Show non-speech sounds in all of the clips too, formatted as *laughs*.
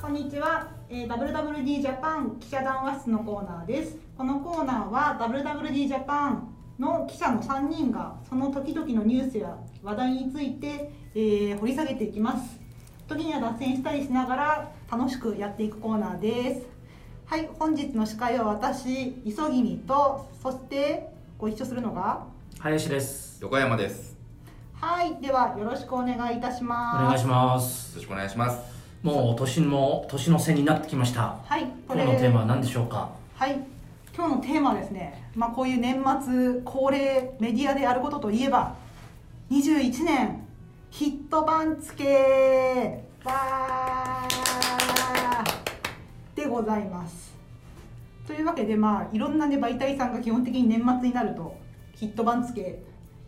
こんにちは、えー、WWD ジャパン記者談話室のコーナーですこのコーナーは WWD ジャパンの記者の3人がその時々のニュースや話題について、えー掘り下げていきます時には脱線したりしながら楽しくやっていくコーナーですはい本日の司会は私磯君とそしてご一緒するのが林です。横山です。はいではよろしくお願いいたしおます願いしまよすろ。しくお願いします。もう年も年の瀬になってきました。はいこ今れ日のテーマは何でしょうか。はい今日のテーマはですね、まあ、こういう年末恒例メディアであることといえば21年ヒット番付わーでございますというわけでまあいろんなね媒体さんが基本的に年末になるとヒット番付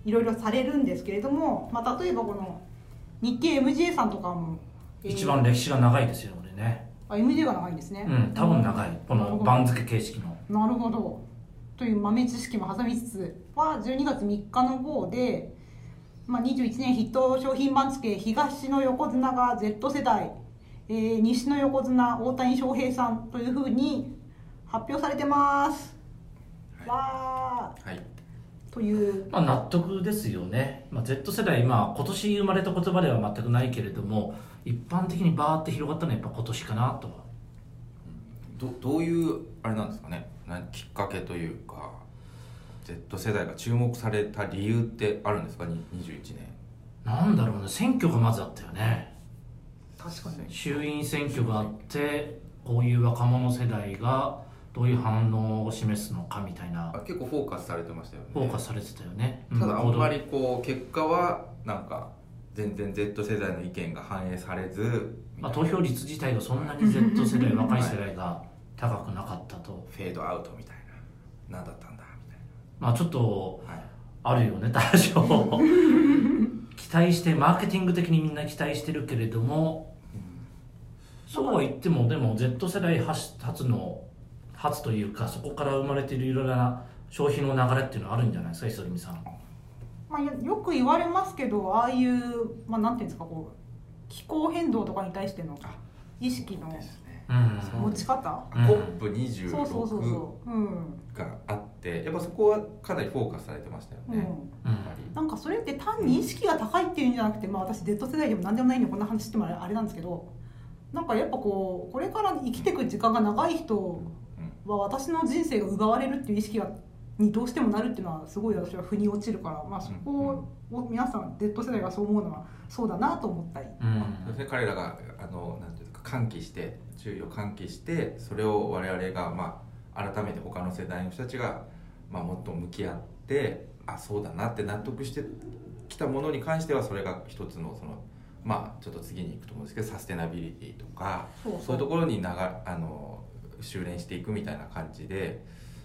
いろいろされるんですけれども、まあ、例えばこの日経 MJ さんとかも、えー一番歴史が長いですよ俺ね。あ MJ が長いんですねうん、多分長い。この番付形式の。なるほどという豆知識も挟みつつは12月3日の号で、まあ、21年ヒット商品番付東の横綱が Z 世代、えー西の横綱大谷翔平さんというふうに発表されてます、わはい。ーというまあ納得ですよね。まあ Z 世代、まあ今年生まれた言葉では全くないけれども、一般的にバーって広がったのはやっぱ今年かなとは。どどういうあれなんですかね。なきっかけというか、Z 世代が注目された理由ってあるんですか？に21年。なんだろうね、選挙がまずあったよね。確かに衆院選挙があって、こういう若者世代がどういう反応を示すのかみたいなあ。結構フォーカスされてましたよね。フォーカスされてたよね、ただあんまうりこう結果はなんか全然 Z 世代の意見が反映されず、まあ、投票率自体がそんなに Z 世代若い世代が高くなかったとフェードアウトみたいな。なんだったんだみたいまあちょっとな。はい。あるよね多 *laughs* 少期待してマーケティング的にみんな期待してるけれどもそうは言ってもでも Z 世代初初の初というかそこから生まれているいろいろな商品の流れっていうのはあるんじゃないですか磯君さんまあ、よよく言われますけどああいう、まあ、なんていうんですかこう気候変動とかに対してのあ意識のですね。うんそう持ち方うん COP26 そうそうそうそううん、があってやっぱそこはかなりフォーカスされてましたようね、やっんうんぱりなんかそれって単に意識が高いっていうんじゃなくて、まあ、私 Z 世代でも何でもないんでこんな話してもあれなんですけどなんかやっぱこうこれから生きていく時間が長い人は私の人生が奪われるっていう意識がにどうしてもなるっていうのはすごい私は腑に落ちるから、まあ、そこを皆さん Z 世代がそう思うのはそうだなと思ったり。うんそうですね彼らがあのなんていうか喚起して注意を喚起してそれを我々が、まあ、改めて他の世代の人たちが、まあ、もっと向き合ってあそうだなって納得してきたものに関してはそれが一つのそのまあちょっと次に行くと思うんですけどサステナビリティとかそうそういうところに流れあの修練していくみたいな感じで、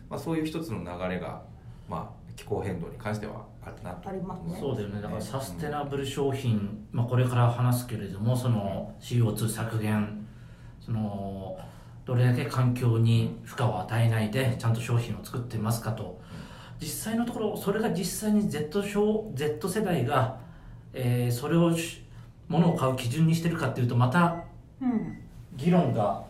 まあ、そういう一つの流れが、まあ、気候変動に関してはあるなとありますねそうだよねだからサステナブル商品、まあ、これから話すけれどもその CO2 削減そのどれだけ環境に負荷を与えないでちゃんと商品を作ってますかと実際のところそれが実際に Z, 商 Z 世代が、えーそれをし物を買う基準にしてるかっていうとまたうん議論が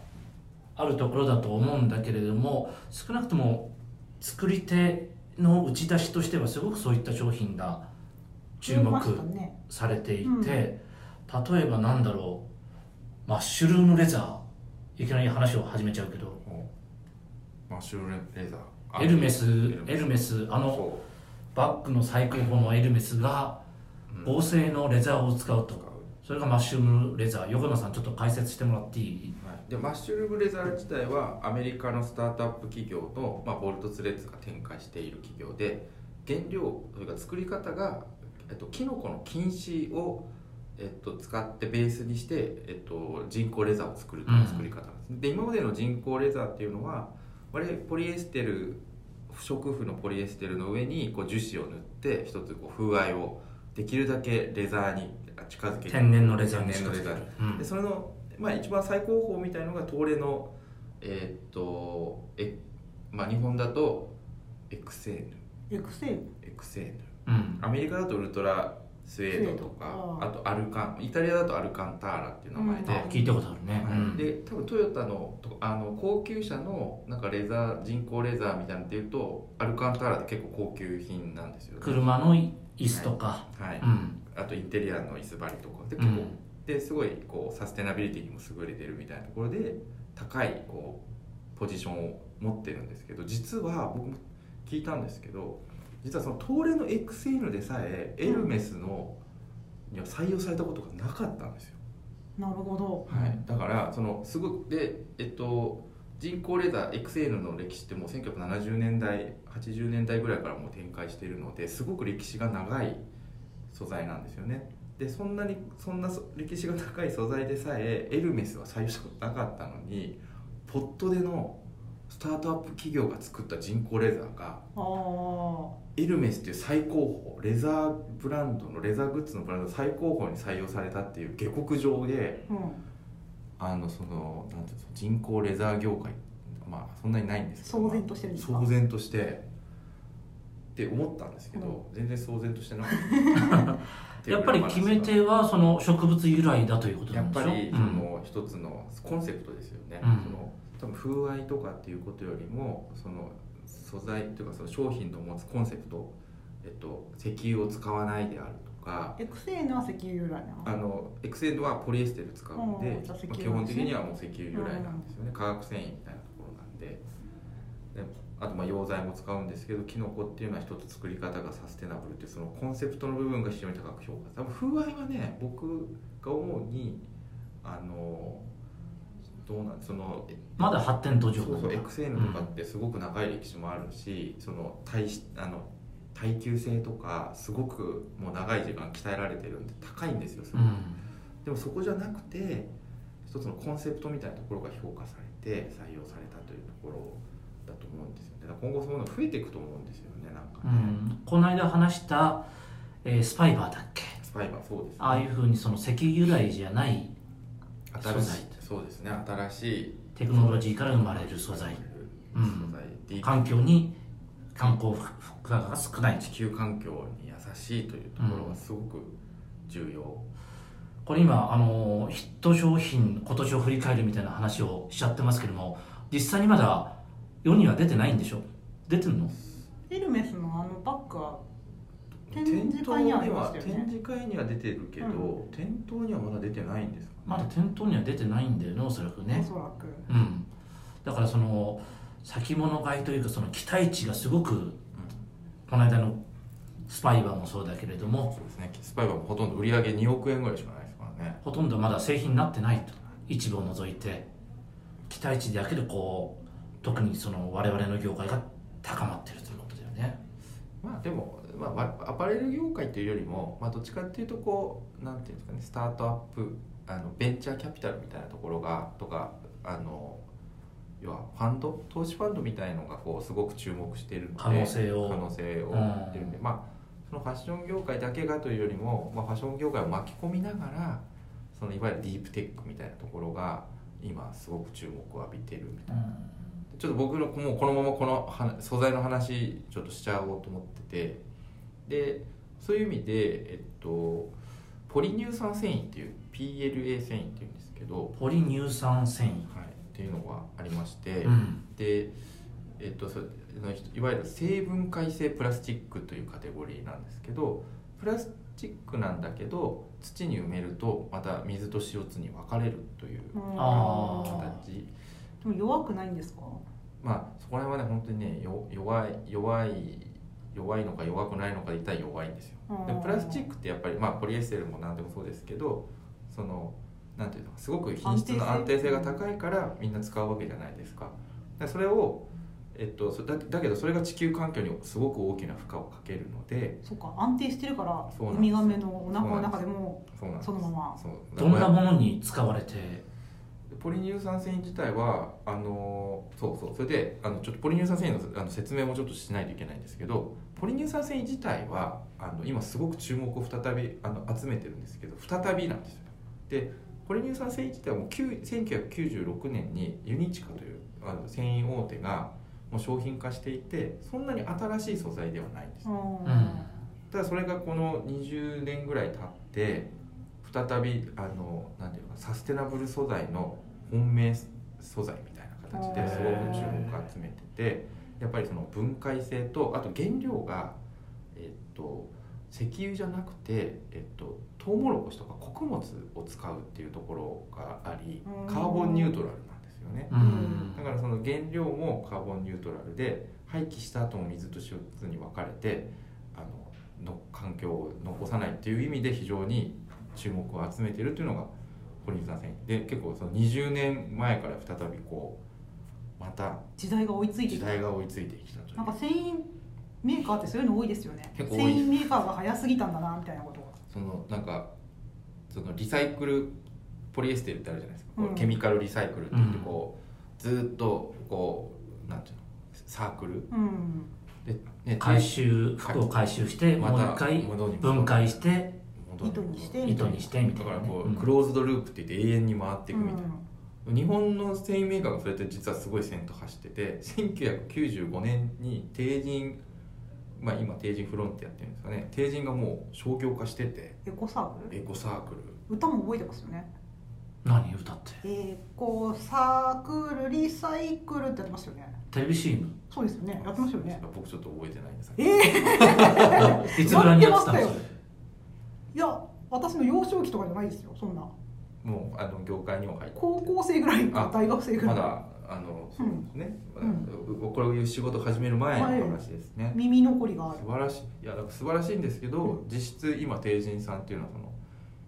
あるところだと思うんだけれども少なくとも作り手の打ち出しとしてはすごくそういった商品が注見え目ましたねされていて、うん例えばなんだろうマッシュルームレザーいきなり話を始めちゃうけどおマッシュルレーザーあエルメスエエルルメスあのそバッグの最高峰のエルメスがう、うん合成のレザーを使う使うとそれがマッシュルームレザー横野さんちょっと解説してもらっていいはいでマッシュルームレザー自体はアメリカのスタートアップ企業の、まあ、ボルトスレッズが展開している企業で原料というか作り方が、えっと、キノコの菌糸を、えっと、使ってベースにして、えっと、人工レザーを作るという作り方なんです、ねで今までの人工レザーっていうのは我々ポリエステル不織布のポリエステルの上にこう樹脂を塗って一つこう風合いをできるだけレザーに近づけて天然のレザーに天近然のづレけザる、ーうんでそれの、まあ、一番最高峰みたいのが東レのえーっとえ、まあ、日本だとエクセーヌエクセルエクセーヌうんアメリカだとウルトラスウェードとかスウェードあああとアルカンイタリアだとアルカンターラっていう名前で、うんあ聞いたことあるね、はいうんで多分トヨタのとあの高級車のなんかレザー人工レザーみたいなのっていうとアルカンターラって結構高級品なんですよ、ね車の椅子とか、はい、うんあとインテリアの椅子張りとかでう結構、んですごいこうサステナビリティにも優れてるみたいなところで高いこうポジションを持ってるんですけど実は僕も聞いたんですけど実はその東レの XL でさえエルメスのには採用されたことがなかったんですよなるほどはい、だからそのすごくでえっと人工レーザー XL の歴史ってもう1970年代80年代ぐらいからもう展開しているのですごく歴史が長い素材なんですよねでそんなにそんなそ歴史が高い素材でさえエルメスは採用したことなかったのにポットでのスタートアップ企業が作った人工レーザーがああエルメスっていう最高峰レザーブランドのレザーグッズのブランドの最高峰に採用されたっていう下克上でうんあのそのなんていうんですか人工レザー業界まあそんなにないんですけど騒然としてるんですか騒然としてって思ったんですけど、全然騒然としてなか *laughs* ったやっぱり決め手はその植物由来だということなやんっでぱしょりうそんの一つのコンセプトですよね、うんその多分風合いとかっていうことよりもその素材というかその商品の持つコンセプト、えっと、石油を使わないであるとか XN は石油由来なのあのエクセンドはポリエステル使うので、うんじゃあ石油なんですねまあ基本的にはもう石油由来なんですよね、化学繊維みたいなところなんでであとまあ溶剤も使うんですけどキノコっていうのは一つ作り方がサステナブルっていうそのコンセプトの部分が非常に高く評価多分風合いはね僕が思うにあのどうなんそのまだ発展途上そうなんそだう XN とかってすごく長い歴史もあるし、その耐しあの耐久性とかすごくもう長い時間鍛えられてるんで高いんですよすうごくんでもそこじゃなくて一つのコンセプトみたいなところが評価されて採用されたというところだと思うんですよねだから今後そういうの増えていくと思うんですよねなんかうね、んこの間話した、えースパイバーだっけスパイはそうですねああいうふうにその石油由来じゃない新しい素材そうですね新しいテクノロジーから生まれる素材生まれるうん素材で環境に観光負荷が少ない地球環境に優しいというところがすごく重要、これ今あのヒット商品今年を振り返るみたいな話をしちゃってますけども実際にまだ世には出てないんでしょ出てんのエルメスのあのバッグは展店示頭会ににはありまはしたよね展示会には出てるけど、う店頭にはまだ出てないんですかねまだ店頭には出てないんだよねおそらくおねそらくうんだからその先物買いというかその期待値がすごくこの間のスパイバーもそうだけれどもそうですねスパイはほとんど売り上げ2億円ぐらいしかないですからねほとんどまだ製品になってないと一部を除いて期待値だけでこう特にその我々の業界が高まってるということだよねまあでも、まあわ、アパレル業界というよりも、まあ、どっちかっていうとこうなんていうんですかねスタートアップあのベンチャーキャピタルみたいなところがとかあの要はファンド投資ファンドみたいのがこうすごく注目しているので可能性を可能性をうん持ってるんで、まあそのファッション業界だけがというよりも、まあ、ファッション業界を巻き込みながらそのいわゆるディープテックみたいなところが今すごく注目を浴びてるみたいなうんちょっと僕のもうこのままこの話素材の話ちょっとしちゃおうと思っててでそういう意味で、えっと、ポリ乳酸繊維っていう PLA 繊維っていうんですけど、ポリ乳酸繊維はい、っていうのがありまして、うんで、えっと、そいわゆる成分解性プラスチックというカテゴリーなんですけどプラスチックなんだけど土に埋めるとまた水と CO2 に分かれるといううんあー形でも弱くないんですかまあそこら辺はね本当にねよ弱い弱い弱いのか弱くないのかで言ったら弱いんですよでプラスチッククってやっぱりまあポリエステルも何でもそうですけどそのなんていうのすごく品質の安定性が高いからみんな使うわけじゃないですかでそれをえっとそだだけどそれが地球環境にすごく大きな負荷をかけるのでそっか安定してるからそうウなんですミガメのお腹の中でもそうなんですそのままそうどんなものに使われてポリ乳酸繊維自体はあのーそうそうそれであのちょっとポリ乳酸繊維のあの説明もちょっとしないといけないんですけどポリ乳酸繊維自体はあの今すごく注目を再びあの集めてるんですけど再びなんですよでポリ乳酸繊維自体はもう9 1996年にユニチカというあの繊維大手がもう商品化していてそんなに新しい素材ではないんですうんうんただそれがこの20年ぐらい経って再びあのなんていうのかサステナブル素材の本命素材みたいな形へでーすごく注目を集めててやっぱりその分解性とあと原料がえっと石油じゃなくて、えっと、トウモロコシとか穀物を使うっていうところがありうんカーボンニュートラルなんですよね。うんだからその原料もカーボンニュートラルで廃棄した後も水と CO2 に分かれてあのの環境を残さないっていう意味で非常に注目を集めているというのが堀水さん繊維で結構その20年前から再びこうまた時代が追いついて時きた代が追いついてきたというなんか繊維メーカーってそういうの多いですよね繊結構多い維メーカーが早すぎたんだなみたいなことがそのなんかそのリサイクルポリエステルってあるじゃないですか、こううんケミカルリサイクルって言ってこう、ずーっとこうなんていうのサークルうんで、ね回収服を回収してまもうた一回戻り分解して戻る糸にして糸にしてみただいなからねこう、うんクローズドループって言って永遠に回っていくみたいな、う日本の繊維メーカーがそれって実はすごい線と走ってて1995年に帝人まあ今帝人フロンってやってるんですかね帝人がもう商業化しててんエコサークエルコサークル歌も覚えてますよね何歌ってエコサークルリサイクルってやってますよねテレビ CM そうですよねやってますよね僕ちょっと覚えてないんですけえどー、 *laughs* いつぐらいにやってたんでやってましたよすかいや私の幼少期とかじゃないですよそんなもうあの業界にも入って高校生ぐらいかあ大学生ぐらまいだあのそうですね、うんまだこういう仕事始める前の話ですね、耳残りがある素晴らしいいやだから素晴らしいんですけど、う実質今帝人さんっていうのはその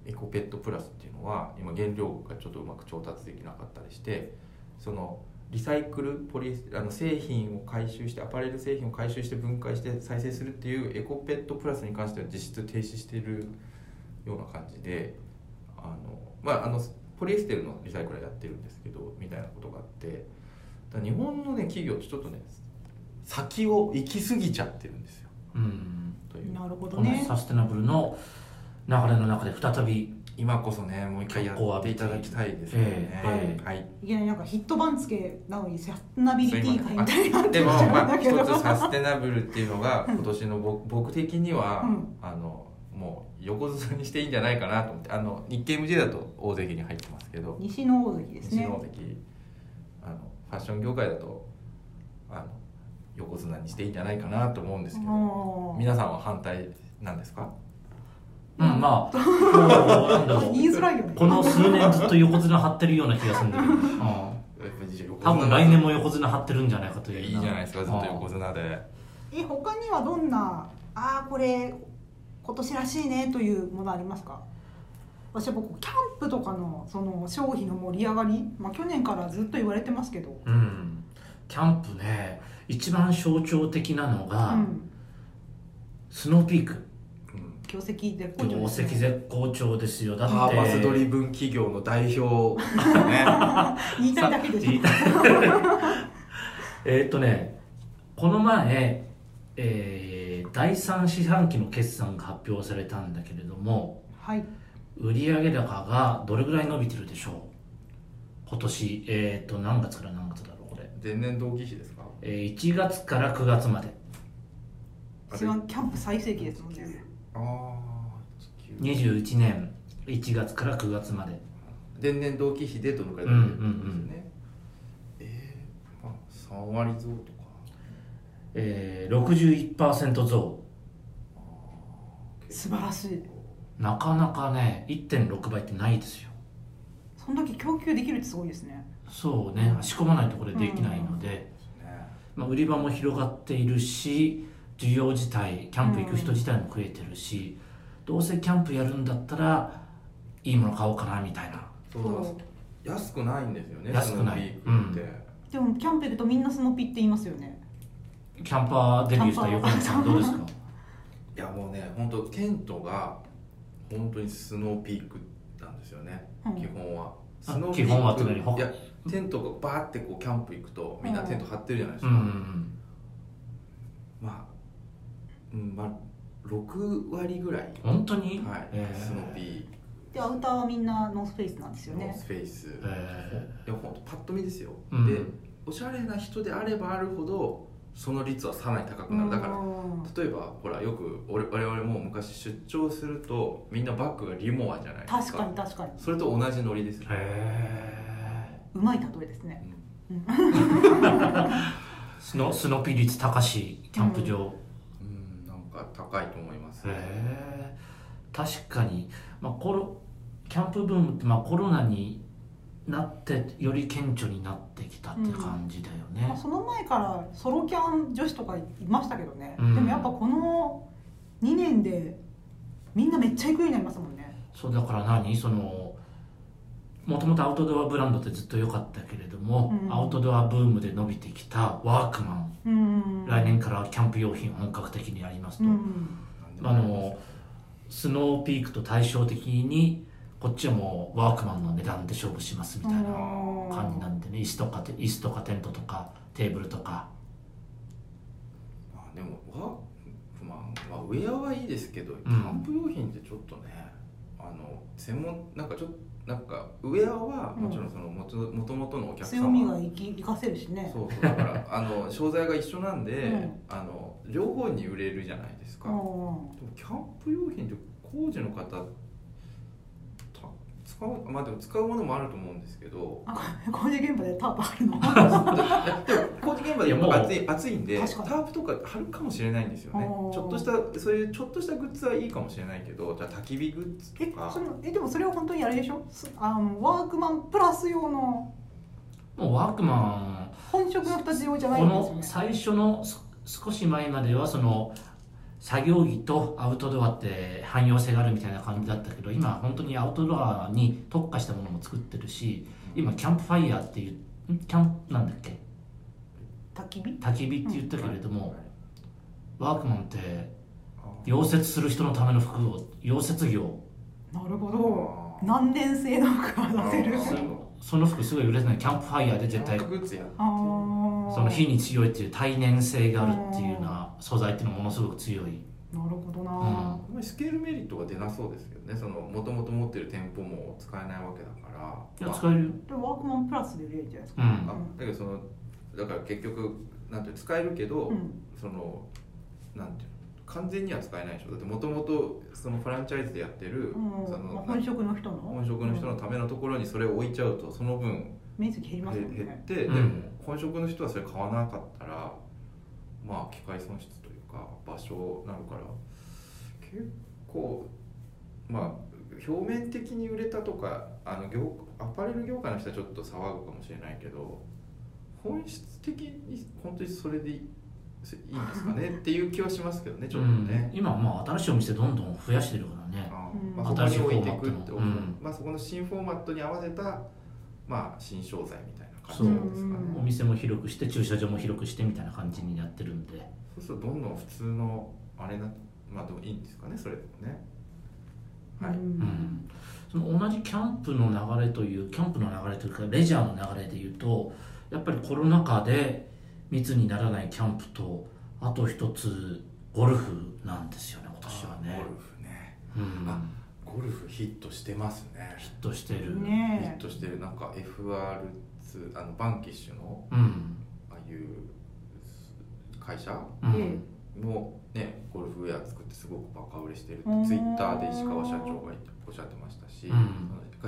エコペットプラスっていうのは今原料がちょっとうまく調達できなかったりしてそのリサイクルポリエスあの製品を回収してアパレル製品を回収して分解して再生するっていうエコペットプラスに関しては実質停止しているような感じであのまああのポリエステルのリサイクルはやってるんですけどみたいなことがあってだから日本のね企業ってちょっとね先を行き過ぎちゃってるんですようんというなるほどこのねサステナブルの流れの中で再び今こそねもう一回やっていただきたいですよね、ええはいいきなりなんかヒット番付なのにサステナビリティ会みたい *laughs* になってでるもまあだけ一どつサステナブルっていうのが今年の僕僕的には、うんあのもう横綱にしていいんじゃないかなと思ってあの日経 MJ だと大関に入ってますけど西の大関です西ねの大関あのファッション業界だとあの横綱にしていいんじゃないかなと思うんですけど、あ皆さんは反対なんですかうん *laughs* まあもうなんだあろう言いづらいよねこの数年ずっと横綱張ってるような気がするんだ *laughs* けど、うんやっぱり横綱多分来年も横綱張ってるんじゃないかといいやういいじゃないですかずっと横綱綱でえ他にはどんなああこれ今年らしいねというものありますか私は僕キャンプとかのその消費の盛り上がり、まあ、去年からずっと言われてますけど、うんキャンプね一番象徴的なのうが、ん、スノーピークうん業績で好調業ですね績絶好調ですよだってパーパスドリブン企業の代表ですね言いたいだけでしょさえーっとねこの前、えー第3四半期の決算が発表されたんだけれどもはい売上高がどれぐらい伸びてるでしょう今年えーっと何月から何月だろうこれ、前年同期比ですかえー1月から9月まで一番キャンプ最盛期ですもんねああー19 21年1月から9月まで前年同期比でどのくらいだったんですね、えー、まあ3割増とかえー、61%増素晴らしいなかなかね1.6倍ってないですよそんだけ供給できるってすごいですねそうね仕込まないとこれできないので、ねまあ、売り場も広がっているし需要自体キャンプ行く人自体も増えてるし、どうせキャンプやるんだったらいいもの買おうかなみたいなそうだから安くないんですよね安くないスノーピークって、でもキャンプ行くとみんなスノピって言いますよねキャンパーデビューした横山さんどうですかいやもうね本当テントが本当にスノーピークなんですよね、うん基本はスあノー基本はって何いやテントがバーってこうキャンプ行くとみんなテント張ってるじゃないですうか、んうんまあ、うん、まあ、六割ぐらい。はい、本当に、えースノピでアウターはみんなノースフェイスなんですー、よノーねスフェイス。えいや、ほんとパッと見ですよ。うんで、おしゃれな人であればあるほど、その率はさらに高くなるだからうん例えばほらよく俺我々も昔出張するとみんなバッグがリモアじゃないですか確かに確かにそれと同じノリですね、へうまい例えですねううんえスノスノピ率高しキャンプ場、んうん、なんか高いと思いますへねえ確かに、まあ、コロキャンプブームって、まあ、コロナになってより顕著になってきたって感じだよまねあ、、その前からソロキャン女子とかいましたけどね、うんでもやっぱこの2年でみんなめっちゃ行くようになりますもんねそうだから何そのもともとアウトドアブランドってずっと良かったけれども、うんアウトドアブームで伸びてきたワークマン、うん来年からキャンプ用品本格的にやりますうと、んなんでもあのスノーピークと対照的にこっちはもうワークマンの値段で勝負しますみたいな感じになってね椅子とかて椅子とかテントとかテーブルとかまあでもワークマンまあウェアはいいですけど、キんャンプ用品ってちょっとねあの専門なんかちょっとなんかウェアはもちろんそのもともともとのお客強み様が生き生かせるしねそうそうだから *laughs* あの商材が一緒なんで、うんあの両方に売れるじゃないですか、うでもんキャンプ用品って工事の方た使うまあでも使うものもあると思うんですけどあ工事現場でタープあるのでも工事現場でやっいやもぱう暑い暑いんでタ確かにープとか貼るかもしれないんですよねおーちょっとしたそういうちょっとしたグッズはいいかもしれないけどじゃあ焚き火グッズえとかそのえでもそれは本当にあれでしょすあのワークマンプラス用のもうワークマ本職の2つ用じゃンないこんですよのね最初のす少し前まではその作業着とアウトドアって汎用性があるみたいな感じだったけど今本当にアウトドアに特化したものも作ってるし今キャンプファイヤーっていうんキャンプなんだっけ焚き火焚き火って言ったけれども、ワークマンってあ溶接する人のための服を溶接業なるほーどあー何年生の服が出せるあーその服すごい売れてないキャンプファイヤーで絶対キャンプグッズやってるあーその火に強いっていう耐燃性があるっていうような素材っていうのものすごく強いなるほどな、あんまりスケールメリットが出なそうですけどねそのもともと持ってる店舗も使えないわけだからいやまあ使えるよでワークマンプラスで売れるんじゃないですうか、んあだけどそのだから結局なんていうの使えるけど、うんそのなんていうの完全には使えないでしょだってもともとそのフランチャイズでやってる、うんそのまあ、な本職の人の本職の人のためのところにそれを置いちゃうとその分面積減りへますもん減っねて、うんでも本職の人はそれ買わなかったらまあ機械損失というか場所になるから結構まあ表面的に売れたとかあの業アパレル業界の人はちょっと騒ぐかもしれないけど本質的に本当にそれでいいいいんですかねっていう気はしますけどねちょっとね。うん今はまあ新しいお店どんどん増やしてるからねあうんまあ、そこに置いてい新しいくっフて、ォーマットのうんまあ、そこの新フォーマットに合わせた、まあ、新商材みたいな感じそうなんですかねうんお店も広くして駐車場も広くしてみたいな感じにやってるんでそうするとどんどん普通のあれなまあでもいいんですかねそれでもねはい、ううんんその同じキャンプの流れというキャンプの流れというかレジャーの流れでいうとやっぱりコロナ禍で密にならないキャンプとあと一つゴルフなんですよね今年はねゴルフねうんあゴルフヒットしてますねヒットしてる、ヒねットしてるなんか FR2 あのバンキッシュのうんああいう会社うんえもねゴルフウェア作ってすごくバカ売れしてるっておーツイッターで石川社長がおっしゃってましたし、うんその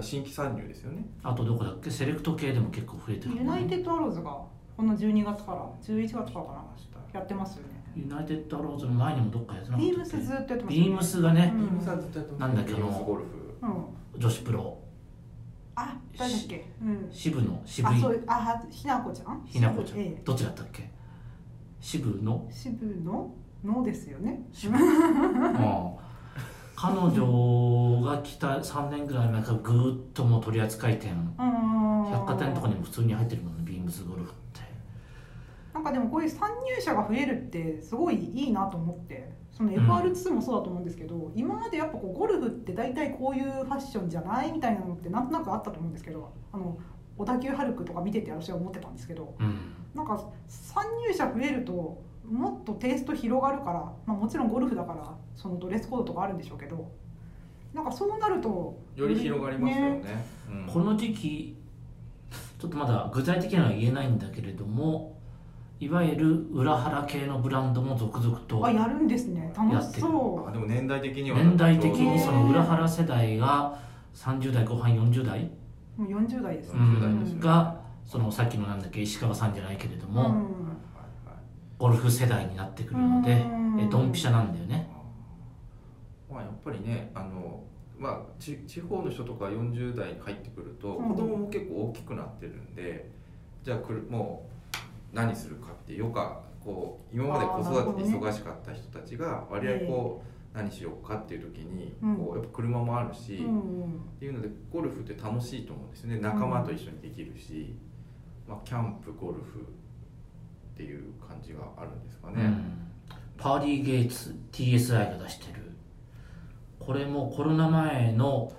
新規参入ですよねあとどこだっけセレクト系でも結構増えてるユナイテッッドアローズがこの12月から11月からかなましたやってますよねドユナイテッドアローズの前にもどっかやってなかビーったムっスけずっとやってますよねビームスがねう、んビームさんずっとやってますなんだっけビームスゴルフうん女子プロあ誰だっけうん渋野渋あ井そうあひなこちゃんひなこちゃん、ええどっちだったっけ渋野渋ののですよね渋野うん彼女が来た3年ぐらい前からぐーっともう取り扱い店うん百貨店とかにも普通に入ってるもんねビームスゴルフってなんかでもこういう参入者が増えるってすごいいいなと思ってそのん FR2 もそうだと思うんですけど、今までやっぱこうゴルフって大体こういうファッションじゃないみたいなのってなんとなくあったと思うんですけどあの小田急ハルクとか見てて私は思ってたんですけどうんなんか参入者増えるともっとテイスト広がるから、まあ、もちろんゴルフだからそのドレスコードとかあるんでしょうけどなんかそうなるとより広がりますよね。うんこの時期ちょっとまだ具体的には言えないんだけれどもいわゆる裏腹系のブランドも続々とあやるんですね楽しそあでも年代的には年代的へにーその裏腹世代が30代後半40代うもう40代ですうねん40代ですねがそのさっきのなんだっけ石川さんじゃないけれども、うんゴルフ世代になってくるのでうんえドンピシャなんだよねまあ、やっぱりねあの、まあ、ち地方の人とか40代に入ってくるとうん子供も結構大きくなってるんで、じゃあくるもう何するかってよかこう今まで子育てで忙しかった人たちが割合こう、何しようかっていう時に、うんこうやっぱ車もあるし、うっんていうのでゴルフって楽しいと思うんですよね仲間と一緒にできるし、まあ、キャンプゴルフっていう感じがあるんですかね。うんパーリー・ゲイツ TSI が出してるこれもコロナ前の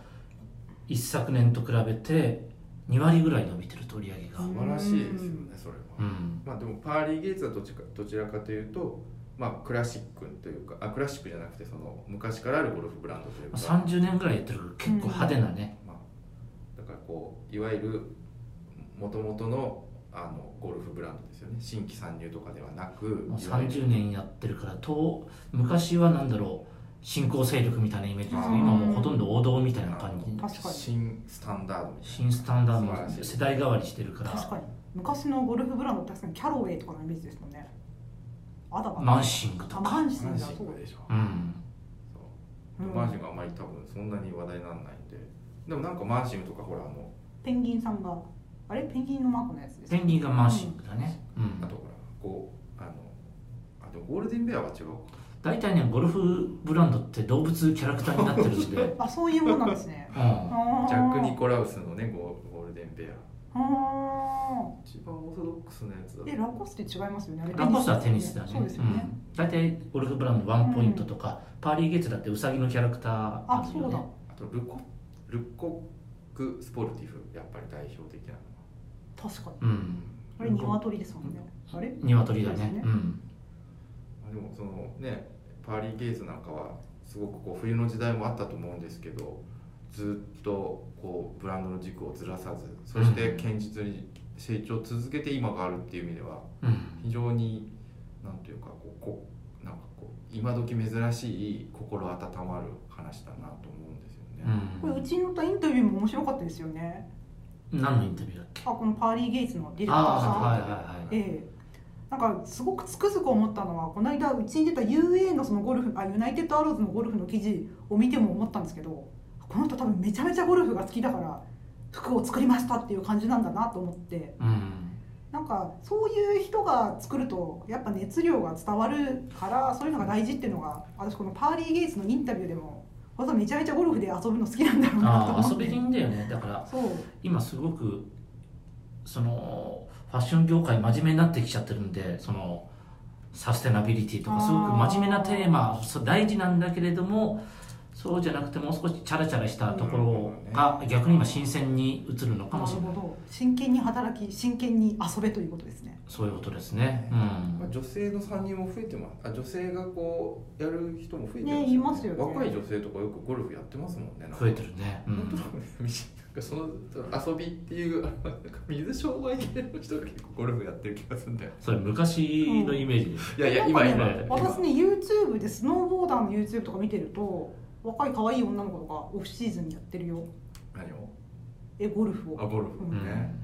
一昨年と比べて2割ぐらい伸びてると売り上げが、うん素晴らしいですよねそれは。うんまあ、でもパーリー・ゲイツはどっちかどちらかというと、まあ、クラシックというかあクラシックじゃなくてその昔からあるゴルフブランドというまあか、 30年ぐらいやってるから結構派手なね、まあ、だからこういわゆるもともとのあのゴルフブランドですよね新規参入とかではなくもういわゆる30年やってるからと昔は何だろう新興勢力みたいなイメージですけどうん今もうほとんど王道みたいな感じ確かに新スタンダードみたいな新スタンダードも素晴らしい世代代わりしてるから確かに昔のゴルフブランドって確かにキャロウェイとかのイメージですもんねあだマンシングとあかマンシンマンだシそうングででしょ、うんそううんマンシングはあまり多分そんなに話題にならないんででもなんかマンシングとかほらあのペンギンさんがあれペンギンのマークのやつですペンギンがマンシングだね、うんあとほらこうあのあとゴールデンベアは違うか大体ねゴルフブランドって動物キャラクターになってる *laughs* ので、あそういうもんなんですねうん、ジャック・ニココラウスのねゴーゴールデンベアあ一番オーソドックスなやつだーえラコスって違いますよねあれランコスはテニスだねそうですよね、うん、大体ゴルフブランドワンポイントとか、パーリーゲッツだってウサギのキャラクターああるそようだねあとルコルコック・スポルティフやっぱり代表的なの確かにうんあれ鶏ですもんねあれ鶏だそうねですねうんあでもそのねパーリー・ゲイズなんかはすごくこう冬の時代もあったと思うんですけどずっとこうブランドの軸をずらさずそして堅実に成長を続けて今があるっていう意味ではうん非常になんというかこうこなんかこう今時珍しい心温まる話だなと思うんですよね。これうちのとインタビューも面白かったですよねうん、何のインタビューだっけあこのパーリー・ゲイツのディレクターさんああーはいはいはいええ、なんかすごくつくづく思ったのはこの間うちに出た UA のそのゴルフあユナイテッドアローズのゴルフの記事を見ても思ったんですけどこの人多分めちゃめちゃゴルフが好きだから服を作りましたっていう感じなんだなと思ってうんなんかそういう人が作るとやっぱ熱量が伝わるからそういうのが大事っていうのが私このパーリー・ゲイツのインタビューでも本当めちゃめちゃゴルフで遊ぶの好きなんだろうなとああ思遊ってび人だよねだからそう今すごくそのファッション業界真面目になってきちゃってるんでそのサステナビリティとかすごく真面目なテーマそう大事なんだけれどもそうじゃなくてもう少しチャラチャラしたところが逆に今新鮮に映るのかなるもしれなほいど真剣に働き真剣に遊べということですねそういうことですねうまあん女性の参入も増えてますあ女性がこうやる人も増えてねいますよね若い女性とかよくゴルフやってますもんねなんか増えてるねうなんんとなくなんかその遊びっていう *laughs* あなんか水商売系の人が結構ゴルフやってる気がするん *laughs* だよそれ昔のイメージですいやいやなんか今ね今今私ね YouTube でスノーボーダーの YouTube とか見てると若い可愛い女の子とかオフシーズンにやってるよ何をえゴルフあをゴルフうんね、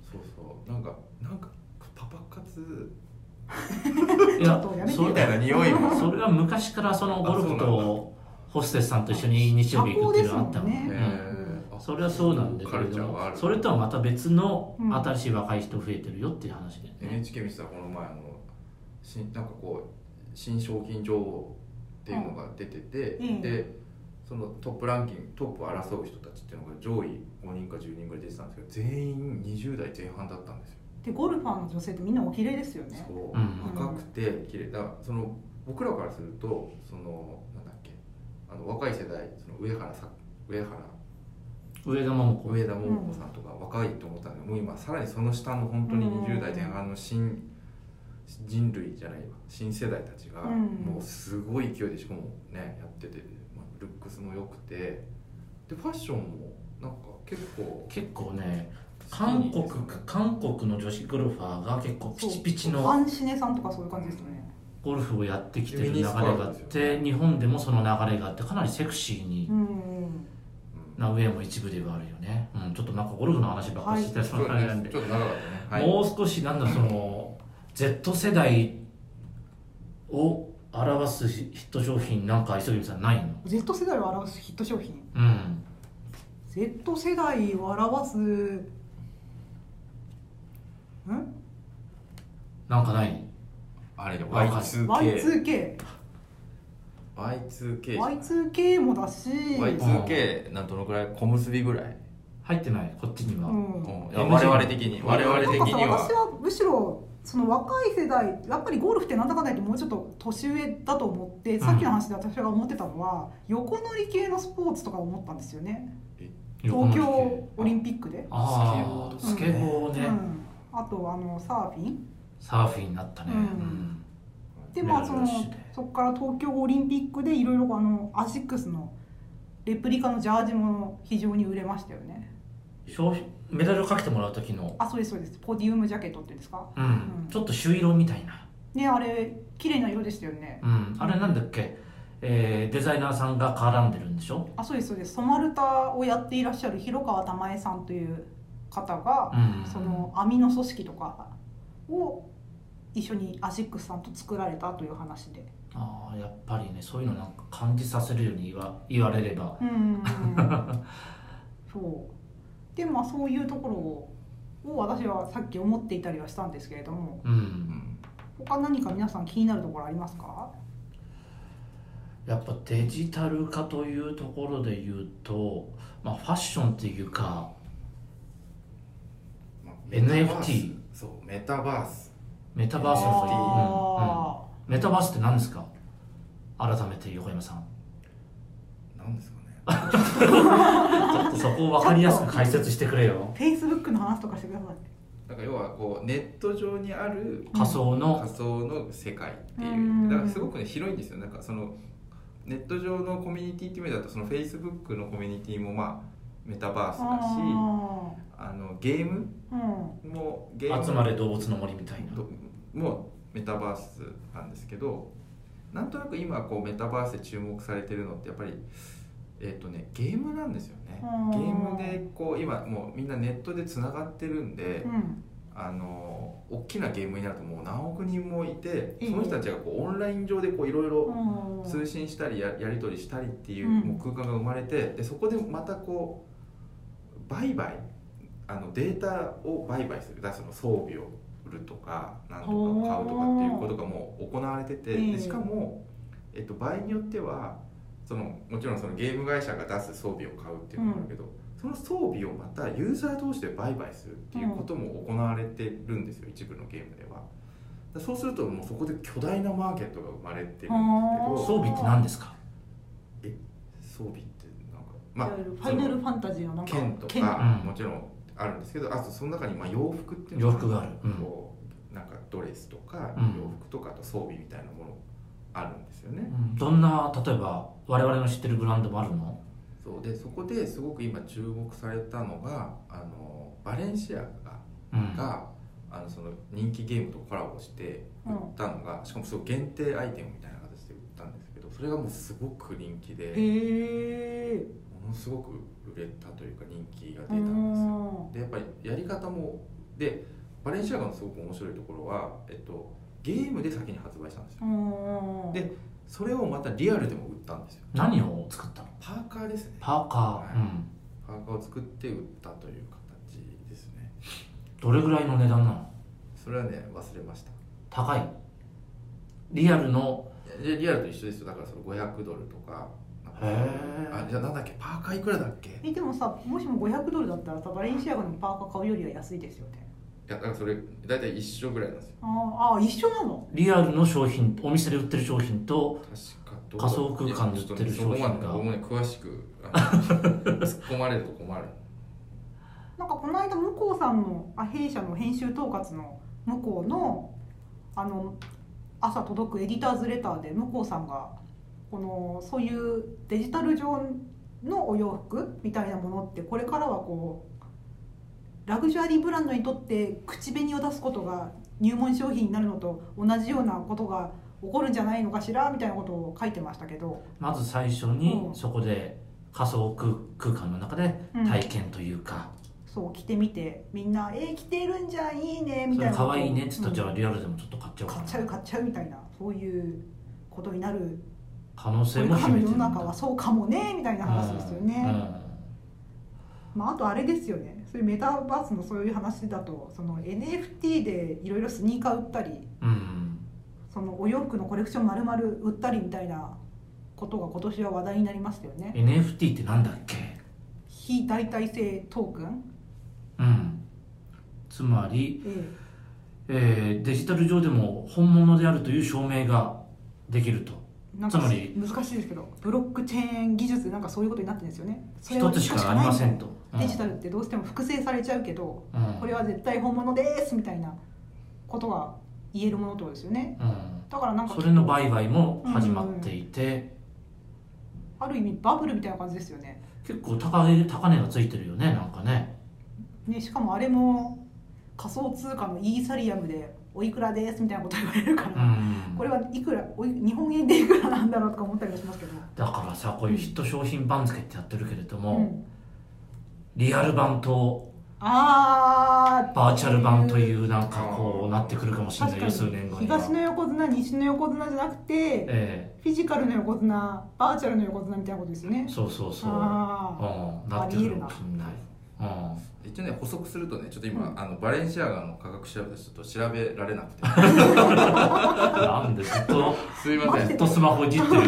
そうそうなんかなんかパパ活いちょっとやめてそようみたいな匂いもそれは昔からそのゴルフあそうなんとホステスさんと一緒に日曜日行くっていうのがあったもん社交ねですもんうんあそれはそうなんだけカれルチどャーはあもるそれとはまた別のうん新しい若い人増えてるよっていう話で、ね NHK 見てたらこの前あのしなんかこう新賞金女王っていうのが出てて、うんでそのトップランキングトップを争う人たちっていうのが上位5人か10人ぐらい出てたんですけど全員20代前半だったんですよ、でゴルファーの女性ってみんなお綺麗ですよねそううん若くて綺麗だからその僕らからするとそのなんだっけあの若い世代その上原さ上原上田桃子上田桃子さんとか若いと思ったんで、もう今さらにその下の本当にうん20代前半の新人類じゃないわ新世代たちがうんもうすごい勢いでしかもねやってて、まあ、ルックスも良くてでファッションもなんか結構結構ね韓国韓国の女子ゴルファーが結構ピチピチのアンシネさんとかそういう感じですよねゴルフをやってきてる流れがあって日本でもその流れがあってかなりセクシーにうんうんな上も一部ではあるよね、うん、ちょっとなんかゴルフの話ばっかりしてしそまっうたでんすねで、ちょっと長かったね、はい、もう少しなんだその Z 世代を表すヒット商品なんか磯君さんないの Z 世代を表すヒット商品うん Z 世代を表すんなんかないあれねわかる Y2K Y2K Y2K Y2K もだし Y2K なんどのくらい小結びぐらい、入ってないこっちには、うんうんいや我々的に我々的なんかさには私はむしろその若い世代やっぱりゴルフってなんだかんだ言ってもうちょっと年上だと思って、んさっきの話で私が思ってたのは横乗り系のスポーツとか思ったんですよね横の東人京オリンピックで、ああススケケボボーうね、ん、あとあのサーフィンサーフィンになったね、うんでまあその珍しいねそこから東京オリンピックでいろいろあのアシックスのレプリカのジャージも非常に売れましたよね商品メダルかけてもらう時の、あそうですそうですポディウムジャケットっていうんですかうんうんちょっと朱色みたいな、ねあれ綺麗な色でしたよねうん、あれなんだっけ、えーデザイナーさんが絡んでるんでしょ、あそうですそうですソマルタをやっていらっしゃる広川玉江さんという方がう、ん、その網の組織とかを一緒にアシックスさんと作られたという話でああやっぱりねそういうのなんか感じさせるように言わ言われればうんうんうんうんそうでまあそういうところをを私はさっき思っていたりはしたんですけれどもううんん他何か皆さん気になるところありますかやっぱデジタル化というところで言うと、まあ、ファッションっていうかまあ NFT そうメタバースメタあバースの方あうんうん、メタバースって何ですか改めて横山さんなんですかねちょっとそこを分かりやすく解説してくれよー Facebook の話とかしてくださいなんか要はこうネット上にある仮想の仮想の世界ってういんうだからすごくね広いんですよなんかそのネット上のコミュニティっていう意味だとそのフェイスブックのコミュニティもまあメタバースだしああのゲームーうんもゲーム集まれ動物の森みたいなどもうメタバースなんですけどなんとなく今こうメタバースで注目されてるのってやっぱりえっ、とねゲームなんですよねうんゲームでこう今もうみんなネットでつながってるんで、うんあの大きなゲームになるともう何億人もいてええその人たちがこうオンライン上でこういろいろうん通信したりややり取りしたりっていううんもう空間が生まれてでそこでまたこう売買あのデータを売買するだからその装備を売るとか何とかを買うとかっていうことがもう行われててええでしかも、えっと、場合によってはそのもちろんそのゲーム会社が出す装備を買うっていうのもあるけど、その装備をまたユーザー同士で売買するっていうことも行われてるんですよ、一部のゲームでは。だそうするともうそこで巨大なマーケットが生まれてるんですけどあー装備って何ですか装備ってなんかいまあわゆるファイナルファンタジーのなんかその剣と剣かうんもちろんあるんですけどあとその中にまあ洋服っていう洋の服がある、うんこうなんかドレスとかうん洋服とかあと装備みたいなものあるんですよね、うんどんな例えば我々の知ってるブランドもあるのそうでそこですごく今注目されたのがあのバレンシアがうんがあのその人気ゲームとコラボして売ったのが、しかもすごい限定アイテムみたいな形で売ったんですけどそれがもうすごく人気でへえものすごく売れたというか人気が出たんですよでやっぱりやり方もでバレンシアガのすごく面白いところは、えっと、ゲームで先に発売したんですよでそれをまたリアルでも売ったんですよ何を作ったのパーカーですねパーカー、はいうんパーカーを作って売ったという形ですねどれぐらいの値段なのそれはね忘れました高いリアルのいやリアルと一緒ですよだからその500ドルとかなんかへーあじゃあなんだっけパーカーいくらだっけいえでもさもしも500ドルだったらさバレンシアガのパーカー買うよりは安いですよねやだからそれ大体一緒ぐらいなんですよあーあー一緒なのリアルの商品お店で売ってる商品と確かどう仮想空間で売ってる商品がいやちょっとねそこまでね僕もね詳しく *laughs* あの突っ込まれると困るなんかこの間向こうさんのあ弊社の編集統括の向こうのあの朝届くエディターズレターで向こうさんがこのそういうデジタル上のお洋服みたいなものってこれからはこうラグジュアリーブランドにとって口紅を出すことが入門商品になるのと同じようなことが起こるんじゃないのかしらみたいなことを書いてましたけど、まず最初にうんそこで仮想空空間の中でうん体験というか、そう着てみてみんな「えー、着てるんじゃんいいね」みそたいれな可愛いねっつったら、うんじゃあリアルでもちょっと買っちゃおうか買なっちゃう買っちゃうみたいなそういうことになる可能こ性れもから秘のめて世るのんだ中はそうかもねみたいな話ですよね、うんうんまあ、あとあれですよねそういうメタバースのそういう話だとその NFT でいろいろスニーカー売ったりうんそのお洋服のコレクション丸々売ったりみたいなことが今年は話題になりましたよね NFT ってなんだっけ非代替性トークン、うんつまり、えええーデジタル上でも本物であるという証明ができるとなんかつまり難しいですけどブロックチェーン技術なんかそういうことになってるんですよねそれは一つしかありませんと、うんデジタルってどうしても複製されちゃうけどうんこれは絶対本物ですみたいなことが言えるものってことですよねうんだからなんかそれの売買も始まっていて、ある意味バブルみたいな感じですよね結構高値高値がついてるよねなんかねね、しかもあれも仮想通貨のイーサリアムでおいくらですみたいなこと言われるかうら、んこれはいくらおい日本円でいくらなんだろうとか思ったりもしますけど、だからさこういうヒット商品番付ってやってるけれども、うんリアル版とあーバーチャル版といううなんかこうなってくるかもしれな確いかよ数年に後には東の横綱西の横綱じゃなくてえフィジカルの横綱バーチャルの横綱みたいなことですよえねそうそうそう、あうん、なってくるかもしれない、 *laughs* うん、一応ね補足するとねちょっと今、うあのバレンシアガの価格調べたらちょっと調べられなくてなんでずっとすいませマジんずでっとスマホいじってる *laughs*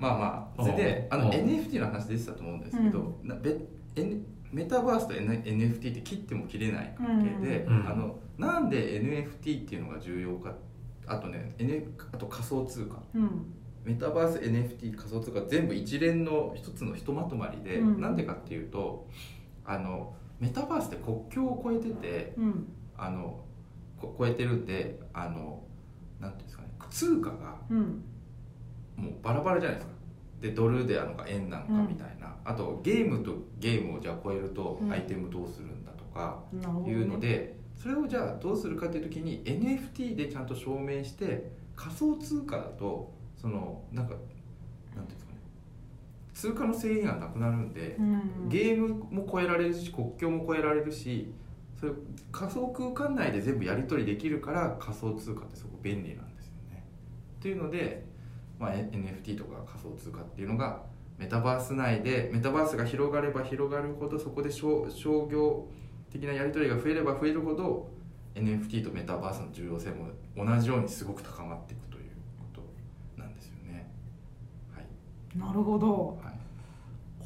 まあまあそれであうんの NFT の話出てたと思うんですけど、なべ N メタバースと N NFT って切っても切れない関係で、うんうんあのなんで NFT っていうのが重要かあとね、N、あと仮想通貨ーうんメタバース NFT 仮想通貨全部一連の一つのひとまとまりで、うんなんでかっていうとあのメタバースって国境を越えててうんあのこ越えてるんであのなんていうんですかね通貨がうんもうバラバラじゃないですかでドルであるのか円なのかみたいな、あとゲームとゲームをじゃあ超えるとうんアイテムどうするんだとかなるほど、いね、うので、それをじゃあどうするかっていう時に NFT でちゃんと証明して仮想通貨だとそのなんかなんていうんですかね通貨の制限がなくなるんでう、ん、ゲームも超えられるし国境も超えられるしそれ仮想空間内で全部やり取りできるから仮想通貨ってすごく便利なんですよね。っていうので、まあ、え NFT とか仮想通貨っていうのがメタバース内でメタバースが広がれば広がるほどそこで商商業的なやり取りが増えれば増えるほど NFT とメタバースの重要性も同じようにすごく高まっていくということなんですよね。はいなるほどはい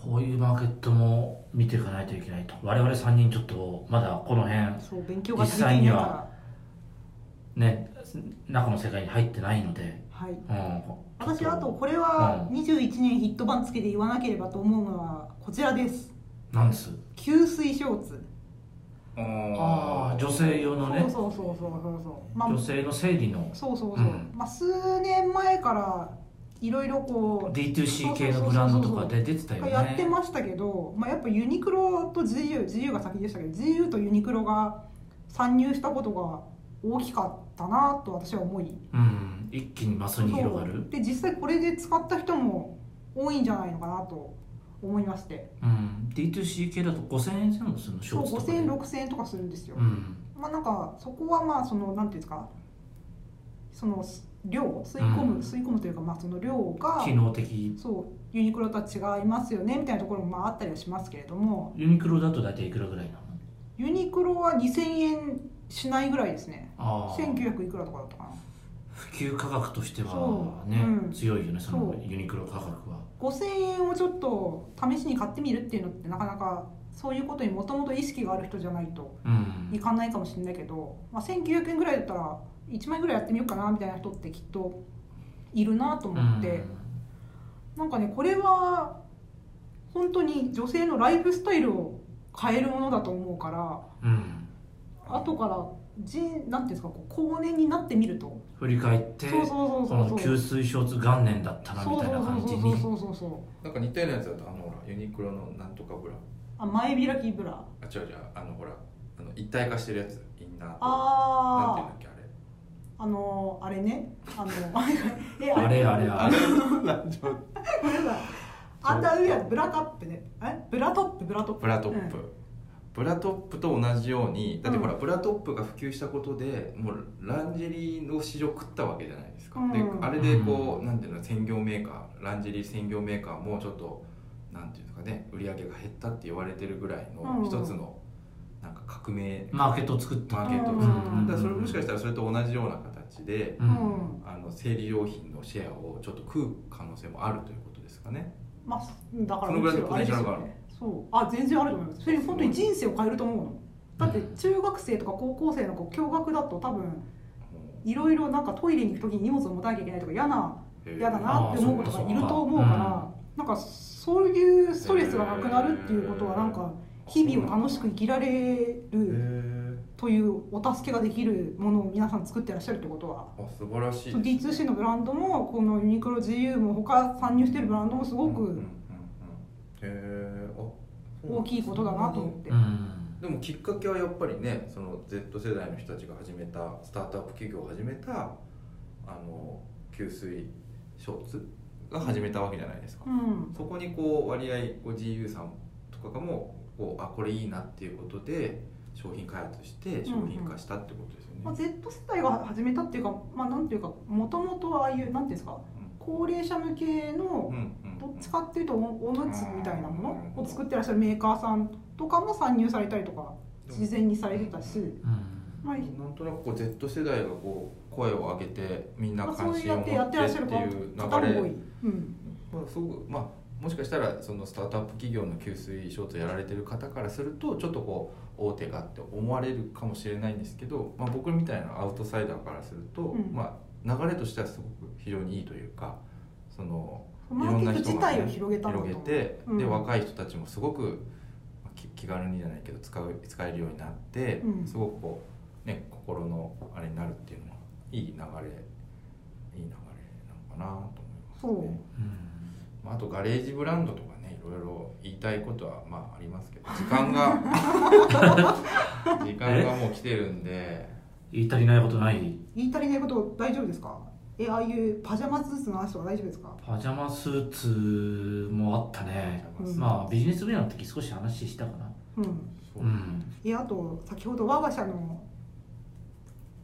こういうマーケットも見ていかないといけないと我々3人ちょっとまだこの辺そう勉強が足り実て際いになはがらね中の世界に入ってないので、はいうん、私はあとこれは21年ヒット番付で言わなければと思うのはこちらですなんです吸水ショーツああ女性用のねそうそうそうそうそうそうまあ女性の生理のそうそうそう、うんまあ数年前からいろいろこ D2C 系のブランドとかで出てたようねやってましたけど、まあ、やっぱユニクロと GUGU が先でしたけど GU とユニクロが参入したことが大きかったなと私は思いうん一気にマスに広がそうるで実際これで使った人も多いんじゃないのかなと思いましてうん D2C 系だと5000円前後するのショーツとか5000で円6000円とかするんですよ、うんまあなんかそこはまあそのなんていうんですかその量吸い込む、うん吸い込むというかまあその量が機能的そうユニクロとは違いますよねみたいなところもまああったりはしますけれどもユニクロだと大体いくらぐらいなのユニクロは2000円しないぐらいですねああ1900いくらとかだったかな普及価格としてはそね、ううん強いよねそのそうユニクロ価格は5000円をちょっと試しに買ってみるっていうのってなかなかそういうことにもともと意識がある人じゃないとうんいかないかもしれないけど、まあ、1900円ぐらいだったら1枚ぐらいやってみようかなみたいな人ってきっといるなと思って。なんかねこれは本当に女性のライフスタイルを変えるものだと思うからうん、うん後から人なんていうんですかこう後年になってみると振り返ってそうそうこそうのそうそう吸水ショーツ元年だったなみそうたいな感じそうにそうそうそうなんか似たようなやつだとあのほらユニクロのなんとかブラあ前開きブラあ違う違うあのほらあの一体化してるやつインナーとなんていあうんだっけあれああのーあれねあの *laughs* えあれあれあれごめんなさいアンダーウェアブラトップねえブラトップブラトップブラトップ、うんブラトップと同じようにだってほら、うんブラトップが普及したことでもうランジェリーの市場食ったわけじゃないですか、うんであれでこう、なんていうの専業メーカーランジェリー専業メーカーもちょっとなんていうんですかね売り上げが減ったって言われてるぐらいのうん一つの、なんか革命マーケットを作ったマーケットをうんだからそれもしかしたらそれと同じような形で、うん、あの生理用品のシェアをちょっと食う可能性もあるということですかねまあだからそのぐらいのむしろあれですよねポテンシャルがあるそうあ全然あると思いますそれ本当に人生を変えると思うのだって中学生とか高校生の子驚愕だと多分もいろいろなんかトイレに行く時に荷物を持たなきゃいけないとか嫌なう嫌だなって思うことがいると思うあから、なんかそういうストレスがなくなるっていうことはなんか日々を楽しく生きられへるーというお助けができるものを皆さん作ってらっしゃるってことはあ素晴らしいそう D2C のブランドもこのユニクロ GU も他参入してるブランドもすごうんうんうんうんくへえあそうなん大ですきねいことだなと思って、うんでもきっかけはやっぱりねその Z 世代の人たちが始めたスタートアップ企業を始めたあの給水ショーツが始めたわけじゃないですか、うんそこにこう割合こう GU さんとかがもうこうあこれいいなっていうことで商品開発して商品化したってことですよね、まあ、Z 世代が始めたっていうか、まあ、なんていうかもともとああいうなんていうんですか高齢者向けのうんうんうんどっちかっていうとおおむつみたいなものを作ってらっしゃるメーカーさんとかも参入されたりとか事前にされてたし、うんまあ、なんとなくこう Z 世代がこう声を上げてみんなまあそ関う心やっを持っててやっっててらっしゃる方いう方流も多れい、うん、まあ、すごくまあもしかしたらそのスタートアップ企業の給水ショートやられてる方からするとちょっとこう大手がって思われるかもしれないんですけど、まあ、僕みたいなアウトサイダーからすると、うんまあ、流れとしてはすごく非常にいいというかそのマーケット自体を広げたんだと広思げうて、うんで若い人たちもすごくまあき気軽にじゃないけど使う使えるようになって、うんすごくこう、ね、心のあれになるっていうのはいい流れいい流れなのかなと思いますね。そううんまあ、あとガレージブランドとかねいろいろ言いたいことはまあありますけど時間が時間がもう来てるんで言い足りないことない言い足りないこと大丈夫ですかえああいうパジャマスーツの話とか大丈夫ですかパジャマスーツもあったねうんまあビジネス部屋の時少し話したかなうんそううんえあと先ほど我が社の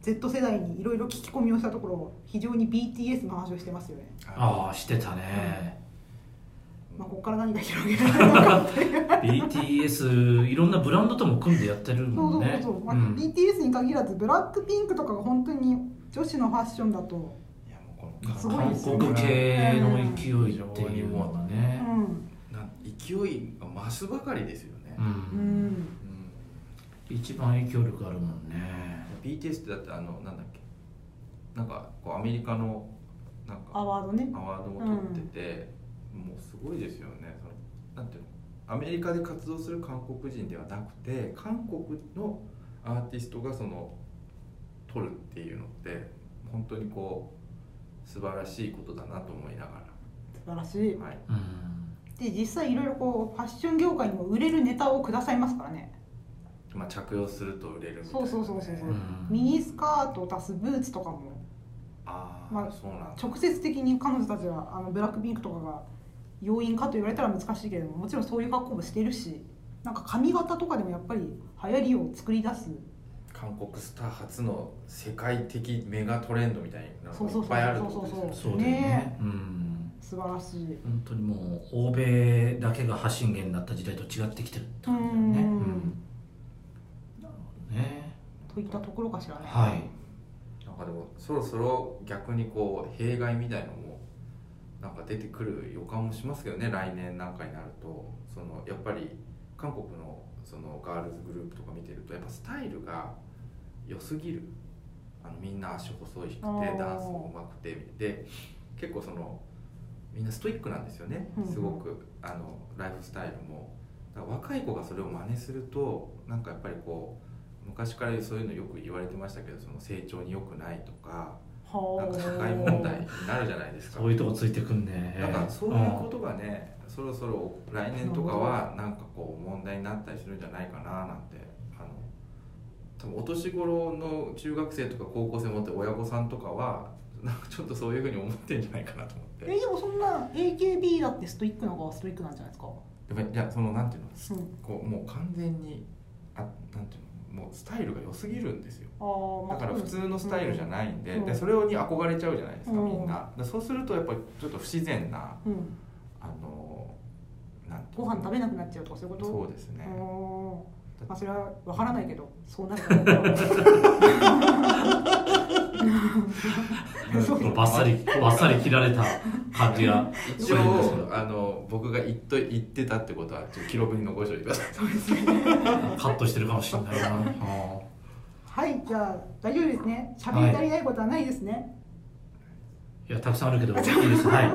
Z 世代にいろいろ聞き込みをしたところ非常に BTS の話をしてますよね、ああしてたねまあ、ここから何が広げられるのかっていう BTS いろんなブランドとも組んでやってる *laughs* そうもそんうねそう、まあうん BTS に限らずブラックピンクとかが本当に女子のファッションだと、いやもうこのすごいですよ韓国系の勢いっていうものはうね、んな勢いが増すばかりですよね、ううんん、一番影響力あるもんねうん BTS ってだってあのなんだっけなんかこうアメリカのなんかアワードねアワードも取ってて、もうすごいですよねそのなんていうのアメリカで活動する韓国人ではなくて韓国のアーティストがその取るっていうのって本当にこう素晴らしいことだなと思いなが素晴らしいら、はい、うんで実際いろいろこうファッション業界にも売れるネタをくださいますからねまあ、着用すると売れるみたいな、そうそうそうそうそううんミニスカートを出すブーツとかもああ、まあそうなんだ直接的に彼女たちはあのブラックピンクとかが要因かと言われたら難しいけれどももちろんそういう格好もしてるしなんか髪型とかでもやっぱり流行りを作り出す韓国スター初の世界的メガトレンドみたいなそのうそうそうがいっぱいあるってことですよねそうそうだよねねうん素晴らしい本当にもう欧米だけが発信源になった時代と違ってきてるって感じだよねうんなるほどねといったところかしらねはいなんかでもそろそろ逆にこう弊害みたいのもなんか出てくる予感もしますけどね来年なんかになるとそのやっぱり韓国のそのガールズグループとか見てるとやっぱスタイルが良すぎるあのみんな足細いくてあーダンスも上手くてで結構そのみんなストイックなんですよねうんうんすごくあのライフスタイルもだから若い子がそれを真似するとなんかやっぱりこう昔からそういうのよく言われてましたけどその成長に良くないとかなんか社会問題になるじゃないですかそういうとこついてくんねだからそういうことがねそろそろ来年とかはなんかこう問題になったりするんじゃないかななんてあの多分お年頃の中学生とか高校生持ってる親御さんとかはなんかちょっとそういうふうに思ってんじゃないかなと思ってえでもそんな AKB だってストイックの方がストイックなんじゃないですか、でもいやそのなんていうのうん、こうもう完全にあなんていうのもうスタイルが良すぎるんですよあーまだあから普通のスタイルじゃないんで,、うんでそれに憧れちゃうじゃないですか、うんみんなでそうするとやっぱりちょっと不自然なうん、あのなんていうごの飯食べなくなっちゃうとかそういうことそうですね、おだーまあそれはわからないけどそうなると思うそうこうバッサリバッサリ切られた感じ *laughs* が一そうですね応あの僕が言っと言ってたってことはちょっと記録に残しておいてくださいカットしてるかもしれないな *laughs* あはいじゃあ大丈夫ですね喋り足りないことはないですねーいやたくさんあるけ *laughs* どいいですはい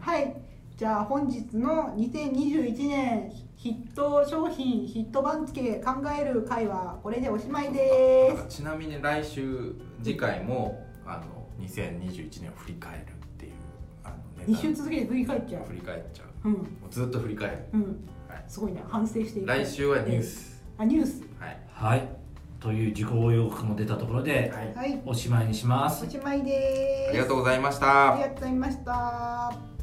はい、じゃあ本日の2021年ヒット商品ヒット番付考える会はこれでおしまいであちなみに来週次回もあの2021年を振り返るっていうあのすネ2タ週続けて振り返っちゃう振り返っちゃううんもうずっと振り返るうんはいすごいね反省していく来週はニュースあニュースはいはいという自己予告も出たところではいはいおしまいにしますおしまいですありがとううございましありたがとうございました